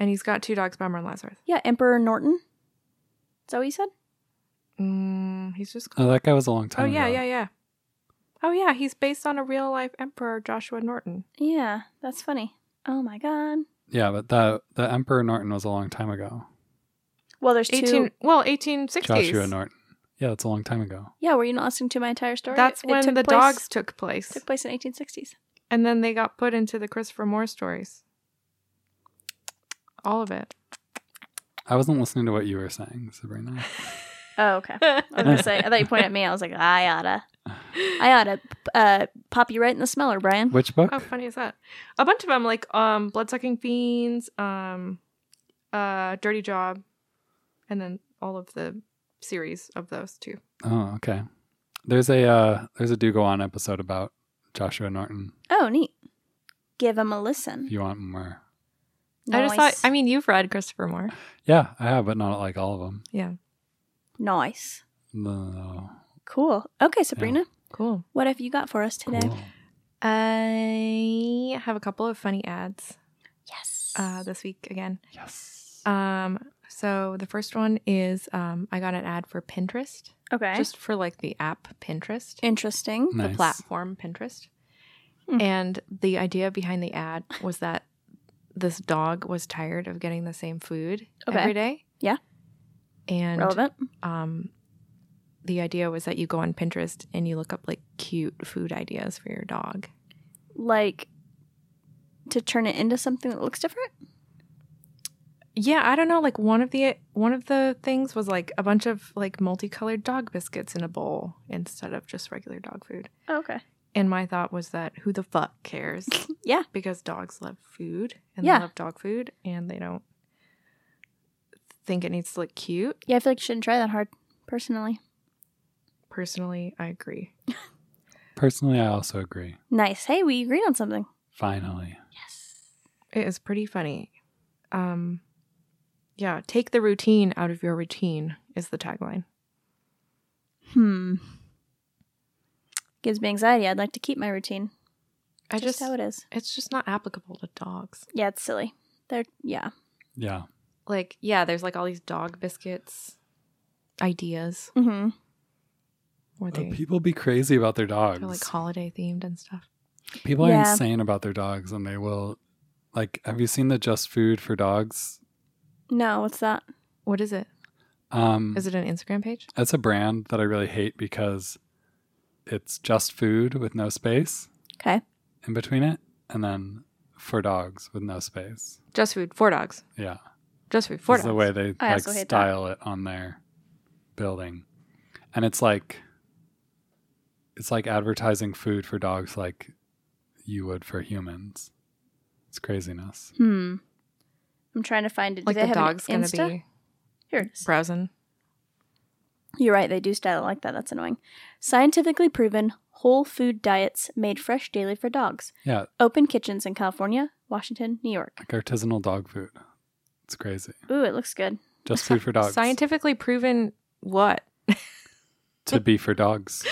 S3: And he's got two dogs, Bummer and Lazarus.
S1: yeah Emperor Norton. Is that what you said?
S3: Mm, he's just.
S2: Oh, that guy was a long
S3: oh
S2: time
S3: yeah,
S2: ago.
S3: yeah, yeah. Oh yeah, he's based on a real life emperor, Joshua Norton.
S1: Yeah, that's funny. Oh my god.
S2: Yeah, but the the Emperor Norton was a long time ago.
S1: Well, there's
S3: Eighteen.
S1: two.
S3: Well, eighteen sixties.
S2: Joshua Norton. Yeah, that's a long time ago.
S1: Yeah, were you not listening to my entire story?
S3: That's
S1: It
S3: when
S1: took
S3: the
S1: place-
S3: dogs took place,
S1: took place in 1860s.
S3: and then they got put into the Christopher Moore stories. All of it.
S2: I wasn't listening to what you were saying, Sabrina.
S1: Oh, okay. I was gonna say, I thought you pointed at me. I was like, I oughta, I oughta uh, pop you right in the smeller, Brian.
S2: Which book?
S3: How funny is that? A bunch of them, like um, bloodsucking fiends, um, uh, dirty job, and then all of the series of those too.
S2: Oh, okay. There's a uh, there's a do go on episode about Joshua Norton.
S1: Oh, neat. Give him a
S2: If
S1: listen.
S2: you want more,
S3: I
S1: Nice.
S3: just thought. I mean, you've read Christopher Moore.
S2: yeah, I have, but not like all of them.
S3: Yeah,
S1: nice.
S2: No,
S1: Cool. Okay, Sabrina,
S3: cool.
S1: what have you got for us today?
S2: cool.
S3: I have a couple of funny ads
S1: Yes.
S3: uh, this week again.
S2: Yes.
S3: Um, so the first one is um, I got an ad for Pinterest,
S1: okay.
S3: just for like the app Pinterest.
S1: Interesting.
S2: nice.
S3: the platform Pinterest.
S1: Mm.
S3: And the idea behind the ad was that this dog was tired of getting the same food
S1: Okay.
S3: every day.
S1: Yeah.
S3: And
S1: Relevant.
S3: um the idea was that you go on Pinterest and you look up like cute food ideas for your dog.
S1: Like to turn it into something that looks different.
S3: Yeah, I don't know, like one of the one of the things was like a bunch of like multicolored dog biscuits in a bowl instead of just regular dog food.
S1: Oh, okay.
S3: And my thought was that who the fuck cares?
S1: Yeah.
S3: Because dogs love food and
S1: Yeah.
S3: they love dog food and they don't think it needs to look cute.
S1: Yeah, I feel like you shouldn't try that hard, personally.
S3: Personally, I agree.
S2: Personally, I also agree.
S1: Nice. Hey, we agreed on something.
S2: Finally.
S1: Yes.
S3: It is pretty funny. Um yeah, take the routine out of your routine is the tagline.
S1: Hmm. Gives me anxiety. I'd like to keep my routine.
S3: I
S1: just,
S3: just,
S1: how it is.
S3: it's just not applicable to dogs.
S1: Yeah, it's silly. They're yeah.
S2: Yeah.
S3: Like, yeah, there's like all these dog biscuits ideas
S1: Mm-hmm.
S3: where
S2: Uh,
S3: they
S2: people be crazy about their dogs.
S3: are like holiday themed and stuff.
S2: People are
S1: Yeah.
S2: insane about their dogs and they will like have you seen the just food for dogs?
S1: No, what's that?
S3: What is it?
S2: Um
S3: Is it an Instagram page?
S2: that's a brand that I really hate because it's just food with no space
S1: Okay.
S2: in between it and then for dogs with no space.
S3: Just food for dogs.
S2: Yeah.
S3: Just food for
S2: is
S3: dogs.
S2: the way they
S1: I
S2: like
S1: also hate that.
S2: style it on their building. And it's like it's like advertising food for dogs like you would for humans. It's craziness.
S1: Hmm. I'm trying to find it. Do
S3: like
S1: they
S3: the
S1: have an
S3: dog's gonna
S1: Insta?
S3: be
S1: Here it is.
S3: browsing.
S1: You're right, they do style it like that. That's annoying. Scientifically proven whole food diets made fresh daily for dogs.
S2: Yeah,
S1: Open kitchens in California, Washington, New York.
S2: like artisanal dog food. It's crazy.
S1: Ooh, it looks good.
S2: Just food for dogs.
S3: Scientifically proven what?
S2: to be for dogs.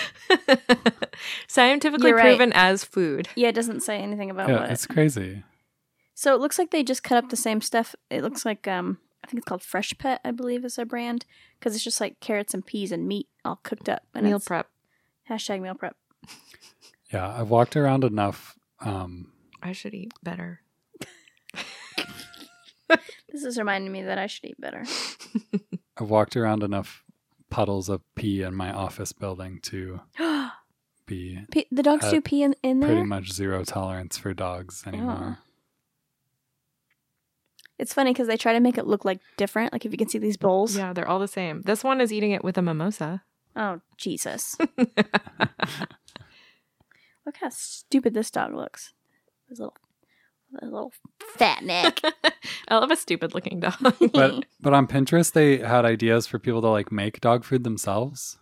S3: Scientifically
S1: You're right.
S3: proven as food.
S1: Yeah, it doesn't say anything about
S2: yeah,
S1: Oh, what.
S2: it's crazy.
S1: So it looks like they just cut up the same stuff. It looks like um I think it's called Fresh Pet, I believe is their brand, because it's just like carrots and peas and meat all cooked up. And
S3: Meal
S1: it's
S3: prep.
S1: Hashtag meal prep.
S2: Yeah, I've walked around enough. Um,
S3: I should eat better.
S1: This is reminding me that I should eat better.
S2: I've walked around enough puddles of pee in my office building to be
S1: Pe- the dogs
S2: Uh,
S1: do pee in, in
S2: pretty
S1: there. Oh.
S2: much zero tolerance for dogs anymore.
S1: It's funny because they try to make it look like different. Like if you can see these bowls.
S3: Yeah, they're all the same. This one is eating it with a mimosa.
S1: Oh Jesus! Look how stupid this dog looks. His little, his little fat neck.
S3: I love a stupid looking dog.
S2: but but on Pinterest they had ideas for people to like make dog food themselves.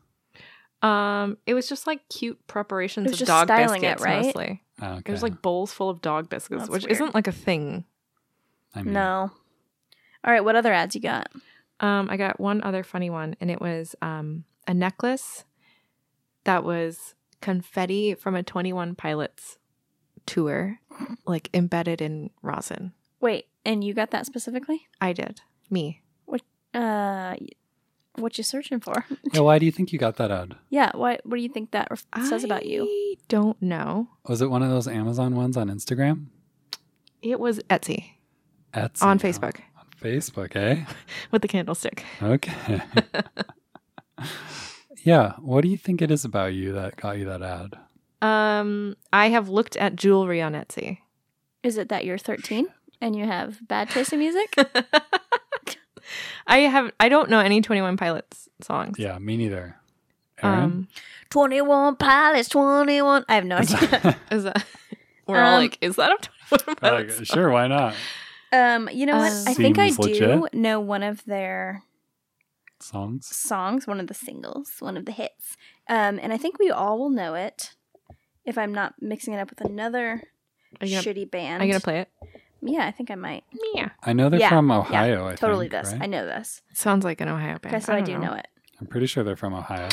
S3: um, it was just like cute
S1: It
S3: preparations
S1: was
S3: of
S1: just
S3: dog
S1: styling
S3: biscuits
S1: it, right?
S3: mostly.
S2: Okay.
S3: There's like bowls full of dog biscuits,
S1: That's
S3: which
S1: weird.
S3: isn't like a thing.
S2: I mean,
S1: no. All right, what other ads you got?
S3: Um, I got one other funny one, and it was um, a necklace that was confetti from a 21 Pilots tour, like embedded in rosin.
S1: Wait, and you got that specifically?
S3: I did. Me.
S1: Uh, y- what you searching for?
S2: Yeah, why do you think you got that ad?
S1: yeah. Why? What do you think that ref- says about you?
S3: I don't know.
S2: Was it one of those Amazon ones on Instagram?
S3: It was Etsy
S2: Etsy.
S3: on Facebook
S2: On Facebook, eh?
S3: with the candlestick.
S2: Okay. yeah. What do you think it is about you that got you that ad?
S3: Um, I have looked at jewelry on Etsy.
S1: Is it that you're 13 and you have bad taste in music?
S3: I have. I don't know any 21 Pilots songs.
S2: Yeah, me neither. Aaron?
S3: Um,
S1: 21 pilots, 21. I have no idea.
S3: is that? We're all
S1: Um,
S3: like, is that a 21 Pilots?
S2: Like, Oh, sure, why not?
S1: Um, you know what?
S3: Uh,
S1: I think I
S2: Seems
S1: do
S2: legit.
S1: know one of their
S2: Songs?
S1: songs, one of the singles, one of the hits. Um, and I think we all will know it if I'm not mixing it up with another
S3: Are you gonna,
S1: shitty band.
S3: are you gonna play it?
S1: Yeah, I think I might.
S3: Yeah.
S2: I know they're
S1: Yeah,
S2: from
S1: yeah,
S2: Ohio, I
S1: totally
S2: think.
S1: this.
S2: right?
S1: I know this.
S3: Sounds like an Ohio band.
S1: Okay, so I,
S3: don't
S1: do know. it.
S2: I'm pretty sure they're from Ohio.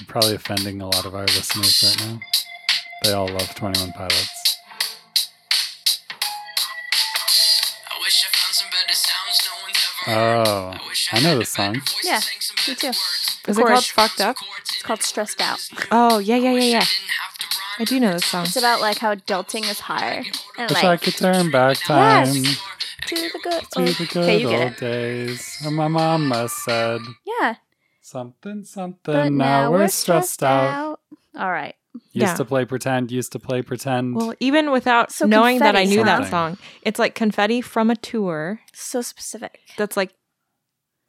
S2: I'm probably offending a lot of our listeners right now. They all love 21 Pilots.
S4: I wish I found some better sounds no one's ever heard.
S2: Oh,
S4: I wish
S2: I know
S4: had
S2: this
S4: a better
S2: song.
S4: voice to
S1: Yeah,
S4: sing some
S1: me
S4: better
S1: too.
S4: words.
S3: Is it
S1: Chorus.
S3: called Fucked Up?
S1: It's called Stressed Out.
S3: Oh, yeah, yeah, yeah,
S4: Wish I
S3: yeah.
S4: didn't have to rhyme.
S3: I do know this song.
S1: It's about like how adulting is hard and
S2: Wish I
S1: like
S2: could turn back time
S1: Yes. to the good.
S2: to
S1: old-
S2: the good
S1: okay, you
S2: old
S1: get it.
S2: days. And my mama said
S1: Yeah,
S2: something, something.
S1: but
S2: now, we're stressed out.
S1: All right.
S2: Used
S3: Yeah.
S2: to play pretend. Used to play pretend.
S3: Well, even without
S1: So
S3: knowing that I
S1: confetti
S3: knew that
S2: sounds-
S3: song, it's like confetti from a tour
S1: So specific.
S3: that's like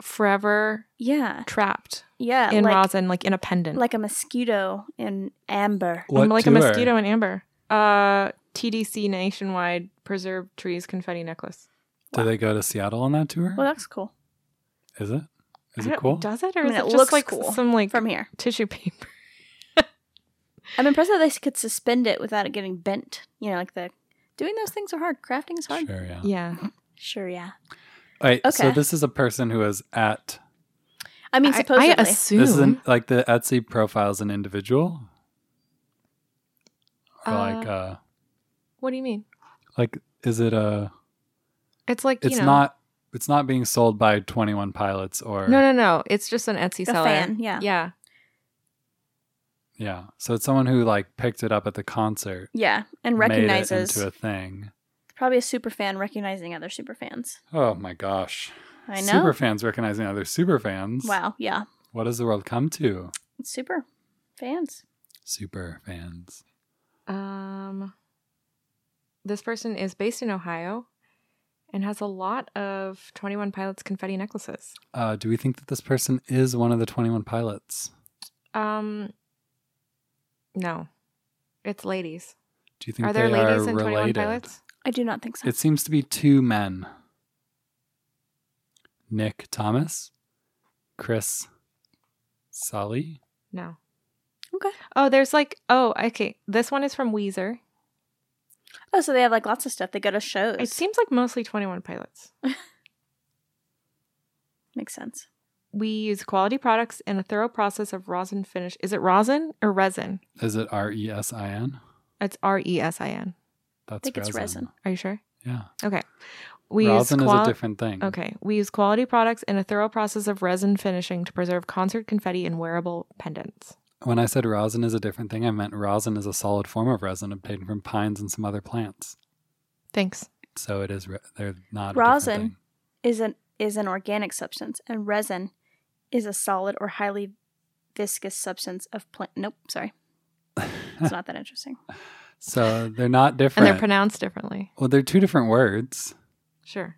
S3: forever
S1: Yeah.
S3: trapped
S1: Yeah.
S3: in
S1: like,
S3: rosin, like in a pendant.
S1: like a mosquito in amber.
S3: I'm like a
S2: tour?
S3: mosquito in amber. Uh, TDC nationwide preserved trees confetti necklace.
S2: Do they go to Seattle on that tour?
S1: Well, that's cool.
S2: Is it? Is
S3: I
S2: it
S3: don't-
S2: cool?
S3: Does it or
S1: I mean,
S3: is
S1: it
S3: it, just
S1: looks
S3: like
S1: cool
S3: some like
S1: From here,
S3: tissue paper?
S1: I'm impressed that they could suspend it without it getting bent. You know, like the doing those things are hard. Crafting is hard. Sure,
S2: Sure, yeah.
S3: Yeah,
S1: yeah.
S2: All right, so
S1: Okay.
S2: this is a person who is at
S1: I mean,
S3: I,
S1: supposedly.
S3: assume.
S2: this isn't like the Etsy profile is an individual, or like
S3: Uh,
S2: uh,
S3: what do you mean?
S2: like is it a?
S3: It's like
S2: It's
S3: you know,
S2: not. It's not being sold by Twenty One Pilots or
S3: No, no, no. It's just an Etsy
S1: A
S3: seller.
S1: fan, yeah.
S3: yeah.
S2: yeah. So it's someone who like picked it up at the concert
S1: yeah, and
S2: made it
S1: recognizes
S2: into a thing.
S1: probably a super fan recognizing other super fans.
S2: Oh my gosh!
S1: I know.
S2: Super fans recognizing other super fans.
S1: Wow. Yeah.
S2: What does the world come to?
S1: Super fans.
S2: Super fans.
S3: Um, this person is based in Ohio and has a lot of Twenty One Pilots confetti necklaces.
S2: Uh, do we think that this person is one of the Twenty One Pilots?
S3: Um, no, it's ladies.
S2: Do you think
S3: Are there
S2: they
S3: ladies
S2: are
S3: in Twenty One
S2: related?
S3: Pilots?
S1: I do not think so.
S2: It seems to be two men Nick Thomas, Chris Sully.
S3: No.
S1: Okay.
S3: Oh, there's like oh okay. This one is from Weezer.
S1: oh, so they have like lots of stuff. They go to shows.
S3: It seems like mostly Twenty One Pilots.
S1: Makes sense.
S3: We use quality products and a thorough process of rosin finish. Is it rosin or resin?
S2: Is it R E S I N?
S3: It's R E S I N.
S2: That's
S1: think it's resin.
S3: Are you sure?
S2: Yeah.
S3: We
S2: Rosin is
S3: use
S2: a
S3: quali-
S2: different thing.
S3: Okay. We use quality products and a thorough process of resin finishing to preserve concert confetti and wearable pendants.
S2: When I said rosin is a different thing, I meant rosin is a solid form of resin obtained from pines and some other plants.
S3: Thanks.
S2: So it is, re- they're not
S1: Rosin.
S2: A different thing.
S1: Is an is an organic substance, and resin is a solid or highly viscous substance of plant. Nope. Sorry. It's not that interesting.
S2: So they're not
S3: And
S2: different.
S3: they're pronounced differently.
S2: well, they're two different words.
S3: Sure.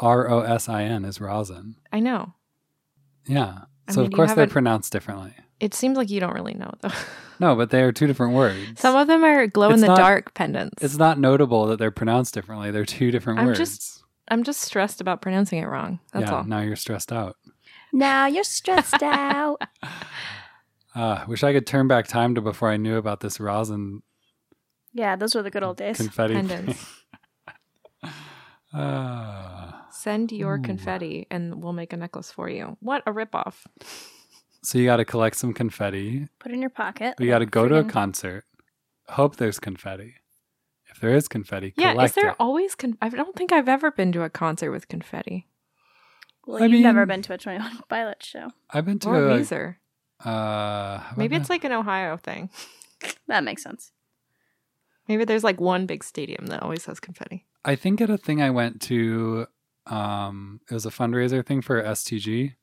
S2: R O S I N is rosin.
S3: I know.
S2: Yeah.
S3: I
S2: So
S3: mean,
S2: of
S3: you
S2: course they're
S3: haven't-
S2: pronounced differently.
S3: It seems like you don't really know though.
S2: No, but they are two different words.
S3: Some of them are glow in the
S2: It's not-
S3: dark pendants.
S2: It's not notable that they're pronounced differently. They're two different
S3: I'm
S2: words.
S3: just- I'm just stressed about pronouncing it wrong. That's
S2: yeah,
S3: all.
S2: now you're stressed out.
S1: Now you're stressed out.
S2: Uh, wish I could turn back time to before I knew about this rosin
S1: Yeah, those were the good old days.
S2: confetti. thing.
S3: Pendants.
S2: Uh,
S3: Send your
S2: Ooh.
S3: confetti and we'll make a necklace for you. What a ripoff.
S2: so you got to collect some confetti.
S1: Put it in your pocket.
S2: You got to go to a
S1: Friggin-
S2: concert. Hope there's confetti. If there is confetti,
S3: Yeah, is
S2: collect
S3: there
S2: it.
S3: always con- I don't think I've ever been to a concert with confetti.
S1: Well,
S2: I
S1: you've never
S2: mean-
S1: been to a 21 Pilot show.
S2: I've been to
S3: Or
S2: a,
S3: Weezer.
S2: uh, have I
S3: Maybe
S2: been-
S3: it's like an Ohio thing.
S1: That makes sense.
S3: Maybe there's like one big stadium that always has confetti.
S2: I think at a thing I went to, um, it was a fundraiser thing for STG,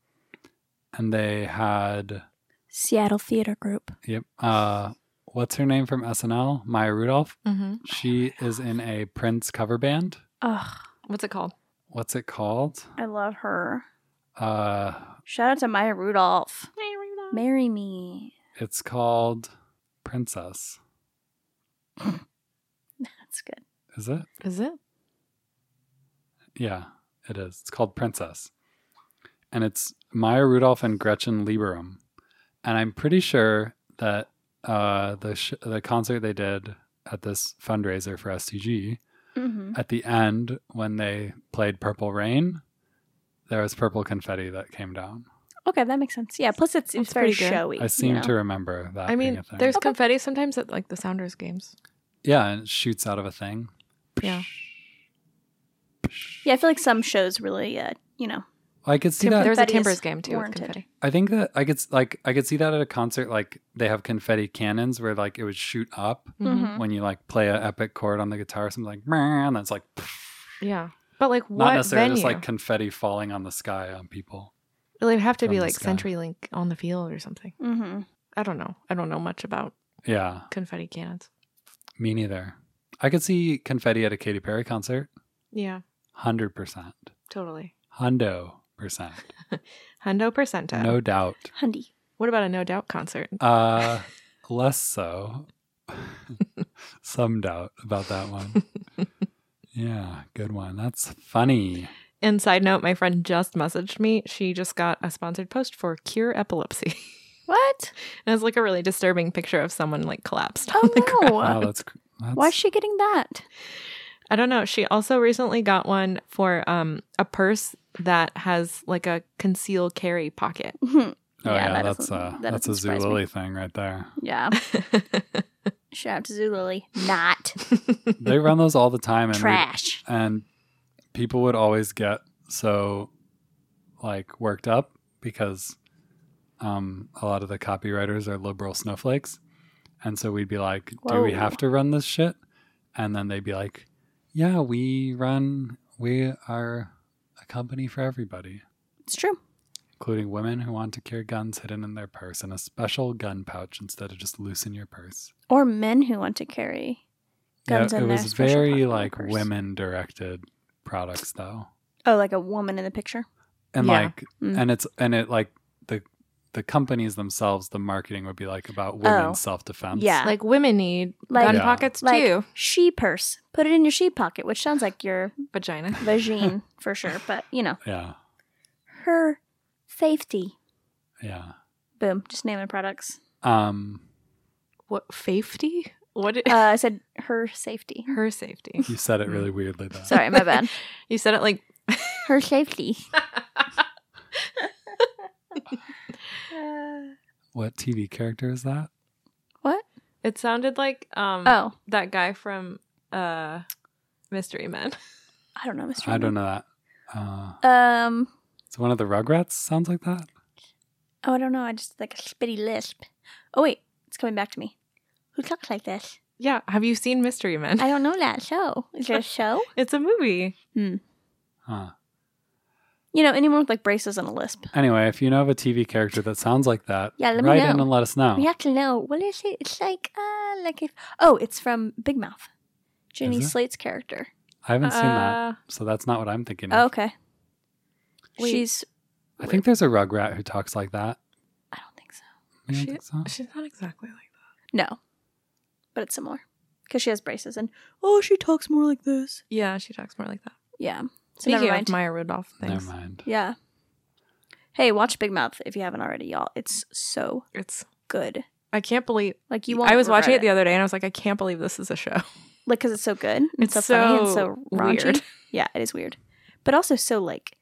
S2: and they had
S1: Seattle Theater Group.
S2: Yep. Uh, what's her name from SNL? Maya Rudolph.
S3: Mm-hmm.
S2: She is in a Prince cover band.
S1: Ugh,
S3: What's it called?
S2: What's it called?
S1: I love her.
S2: Uh,
S1: Shout out to Maya Rudolph. Marry me.
S2: it's called Princess.
S1: That's good.
S2: Is it?
S3: Is it?
S2: Yeah, it is. It's called Princess, and it's Maya Rudolph and Gretchen Lieberman. And I'm pretty sure that uh, the sh- the concert they did at this fundraiser for STG
S1: Mm-hmm.
S2: at the end when they played Purple Rain, there was purple confetti that came down.
S1: Okay, that makes sense. Yeah, plus it's, it's
S3: That's
S1: very
S3: pretty good.
S1: showy.
S2: I seem
S1: you know?
S2: to remember that.
S3: I
S2: being
S3: mean,
S2: a thing.
S3: there's
S1: Okay.
S3: confetti sometimes at like the Sounders games.
S2: yeah, and it shoots out of a thing.
S3: Yeah.
S1: Yeah, I feel like some shows really, uh, you know.
S2: I could see
S3: Tim-
S2: that.
S3: there was a
S1: Confetti is
S3: Timbers game too
S1: warranted.
S3: with confetti.
S2: I think that I could s- like I could see that at a concert. Like they have confetti cannons where like it would shoot up
S1: Mm-hmm.
S3: Mhm.
S2: when you like play an epic chord on the guitar. or Something like "Meh," and that's like
S3: Yeah, but like
S2: not
S3: what
S2: necessarily
S3: venue?
S2: just like confetti falling on the sky on people.
S3: it would have to
S2: from
S3: be
S2: the
S3: like
S2: sky.
S3: CenturyLink on the field or something.
S1: Mm-hmm.
S3: I don't know. I don't know much about
S2: Yeah,
S3: confetti cannons.
S2: me neither. I could see confetti at a Katy Perry concert.
S3: Yeah,
S2: Hundred percent.
S3: totally.
S2: Hundo percent,
S3: Hundo percenta.
S2: no doubt.
S1: Hundy.
S3: What about a no doubt concert?
S2: Uh, less so. Some doubt about that one. yeah, good one. That's funny.
S3: And side note, my friend just messaged me. She just got a sponsored post for Cure Epilepsy.
S1: What?
S3: and it's like a really disturbing picture of someone like collapsed.
S1: Oh no!
S2: Wow, that's, cr- that's
S1: Why is she getting that?
S3: I don't know. She also recently got one for um a purse that has like a conceal carry pocket.
S1: Mhm. Yeah,
S2: Oh yeah,
S1: that
S2: that's
S1: doesn't-
S2: a
S1: that
S2: that's a
S1: doesn't surprise me.
S2: Zulily thing right there.
S1: yeah. Shout out to Zulily. Not
S2: They run those all the time, and we-
S1: trash.
S2: and people would always get so like worked up because um, a lot of the copywriters are liberal snowflakes, and so we'd be like, "Do we
S1: Whoa.
S2: have to run this shit?" And then they'd be like, "Yeah, we run. We are a company for everybody."
S1: It's true.
S2: Including women who want to carry guns hidden in their purse and a special gun pouch instead of just loose in your purse.
S1: Or men who want to carry guns
S2: yeah,
S1: in
S2: it
S1: their
S2: was
S1: special
S2: very
S1: pocket
S2: like
S1: purse.
S2: women directed products though
S1: Oh, like a woman in the picture.
S2: and
S3: Yeah.
S2: like
S1: Mm.
S2: and it's and it like the the companies themselves the marketing would be like about women's self-defense
S1: Oh. Yeah.
S3: like women need
S1: Like-
S3: gun
S2: Yeah.
S3: pockets
S1: Like-
S3: too.
S1: She purse. Put it in your she pocket, which sounds like your
S3: Vagina.
S1: vagine for sure. But you know,
S2: yeah
S1: her safety.
S2: yeah
S1: Boom. Just naming products.
S2: um
S3: What safety? What? Did,
S1: Uh, I said her safety.
S3: her safety.
S2: you said it
S1: Mm.
S2: really weirdly though
S1: Sorry, my bad.
S3: You said it like
S1: Her safety. Uh,
S2: what tv character is that
S1: What?
S3: it sounded like um
S1: Oh,
S3: that guy from uh Mystery Men.
S1: I don't know, Mr.
S2: i don't know that uh
S1: Um,
S2: it's one of the rugrats sounds like that
S1: oh, I don't know. I just like a spitty lisp. Oh wait, it's coming back to me. Who talks like this?
S3: Yeah, have you seen Mystery Men?
S1: I don't know that show. Is there a show?
S3: it's a movie.
S2: huh
S1: You know, anyone with like braces and a lisp.
S2: anyway if you know of a tv character that sounds like that
S1: Yeah, let me
S2: write in
S1: know.
S2: and let us know
S1: We have to know what is it? It's like uh, like if oh, it's from Big Mouth, Jenny
S2: Is it?
S1: Slate's character.
S2: i haven't seen that
S3: Uh,
S2: so that's not what i'm thinking
S1: Oh,
S2: of.
S1: okay.
S3: Wait.
S1: She's. oh,
S2: i think there's a rugrat who talks like that
S1: I don't think so.
S2: You don't
S3: She-
S2: think so?
S3: She's not exactly like that.
S1: No, but it's similar because she has braces and oh, she talks more like this.
S3: Yeah, she talks more like that.
S1: Yeah. So
S3: Speaking
S1: never mind.
S3: of Maya Rudolph things,
S2: Never mind.
S1: yeah. Hey, watch Big Mouth if you haven't already, y'all. It's so
S3: it's
S1: good.
S3: I can't believe
S1: Like you won't.
S3: I was watching it
S1: regret
S3: the other day and I was like, I can't believe this is a show.
S1: like because it's so good. and
S3: It's
S1: so, funny and
S3: so
S1: so raunchy.
S3: weird.
S1: Yeah, it is weird, but also so like,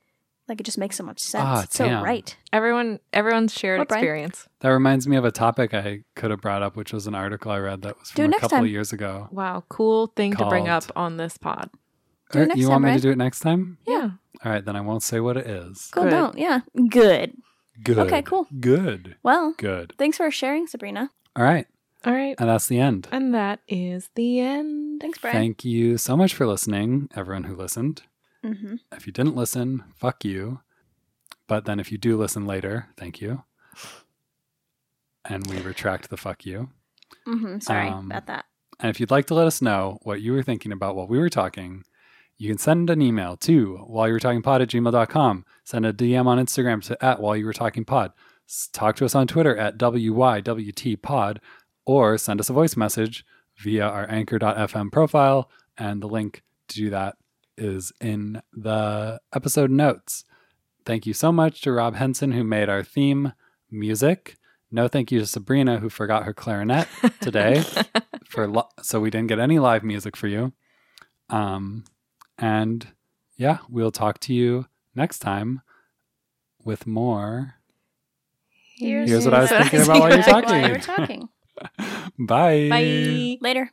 S1: like it just makes so much sense.
S2: Ah,
S1: it's so
S2: damn.
S1: right.
S3: Everyone, everyone's shared
S1: What, Brian?
S3: experience.
S2: That reminds me of a topic I could have brought up, which was an article I read that was
S1: Do it
S2: from a
S1: next
S2: couple
S1: time.
S2: years ago.
S3: Wow, cool thing to bring up
S2: Called-
S3: on this pod.
S1: Do it
S2: Er,
S1: next
S2: you
S1: time,
S2: want me
S1: Brian.
S2: to do it next time?
S3: Yeah,
S2: All right, then I won't say what it is.
S1: Cool.
S3: Good.
S1: Don't. Yeah. Good.
S2: Good.
S1: Okay, cool.
S2: Good.
S1: Well,
S2: Good.
S1: thanks for sharing, Sabrina.
S2: All right,
S3: all right,
S2: and that's the end.
S3: and that is the end.
S1: Thanks, Brian.
S2: Thank you so much for listening, everyone who listened.
S1: hmm
S2: If you didn't listen, fuck you. But then if you do listen later, thank you. And we retract the fuck you.
S1: hmm Sorry
S2: Um,
S1: about that.
S2: And if you'd like to let us know what you were thinking about while we were talking, you can send an email to while you were talking pod at gmail.com. Send a DM on Instagram to at while you were talking pod. S- Talk to us on Twitter at WYWT pod or send us a voice message via our anchor.fm profile. And the link to do that is in the episode notes. Thank you so much to Rob Henson, who made our theme music. No thank you to Sabrina, who forgot her clarinet today for lo- so we didn't get any live music for you. Um, and yeah, we'll talk to you next time with more. Here's what I was thinking about while you were
S1: While you were talking.
S2: talking. Bye.
S3: Bye.
S1: Later.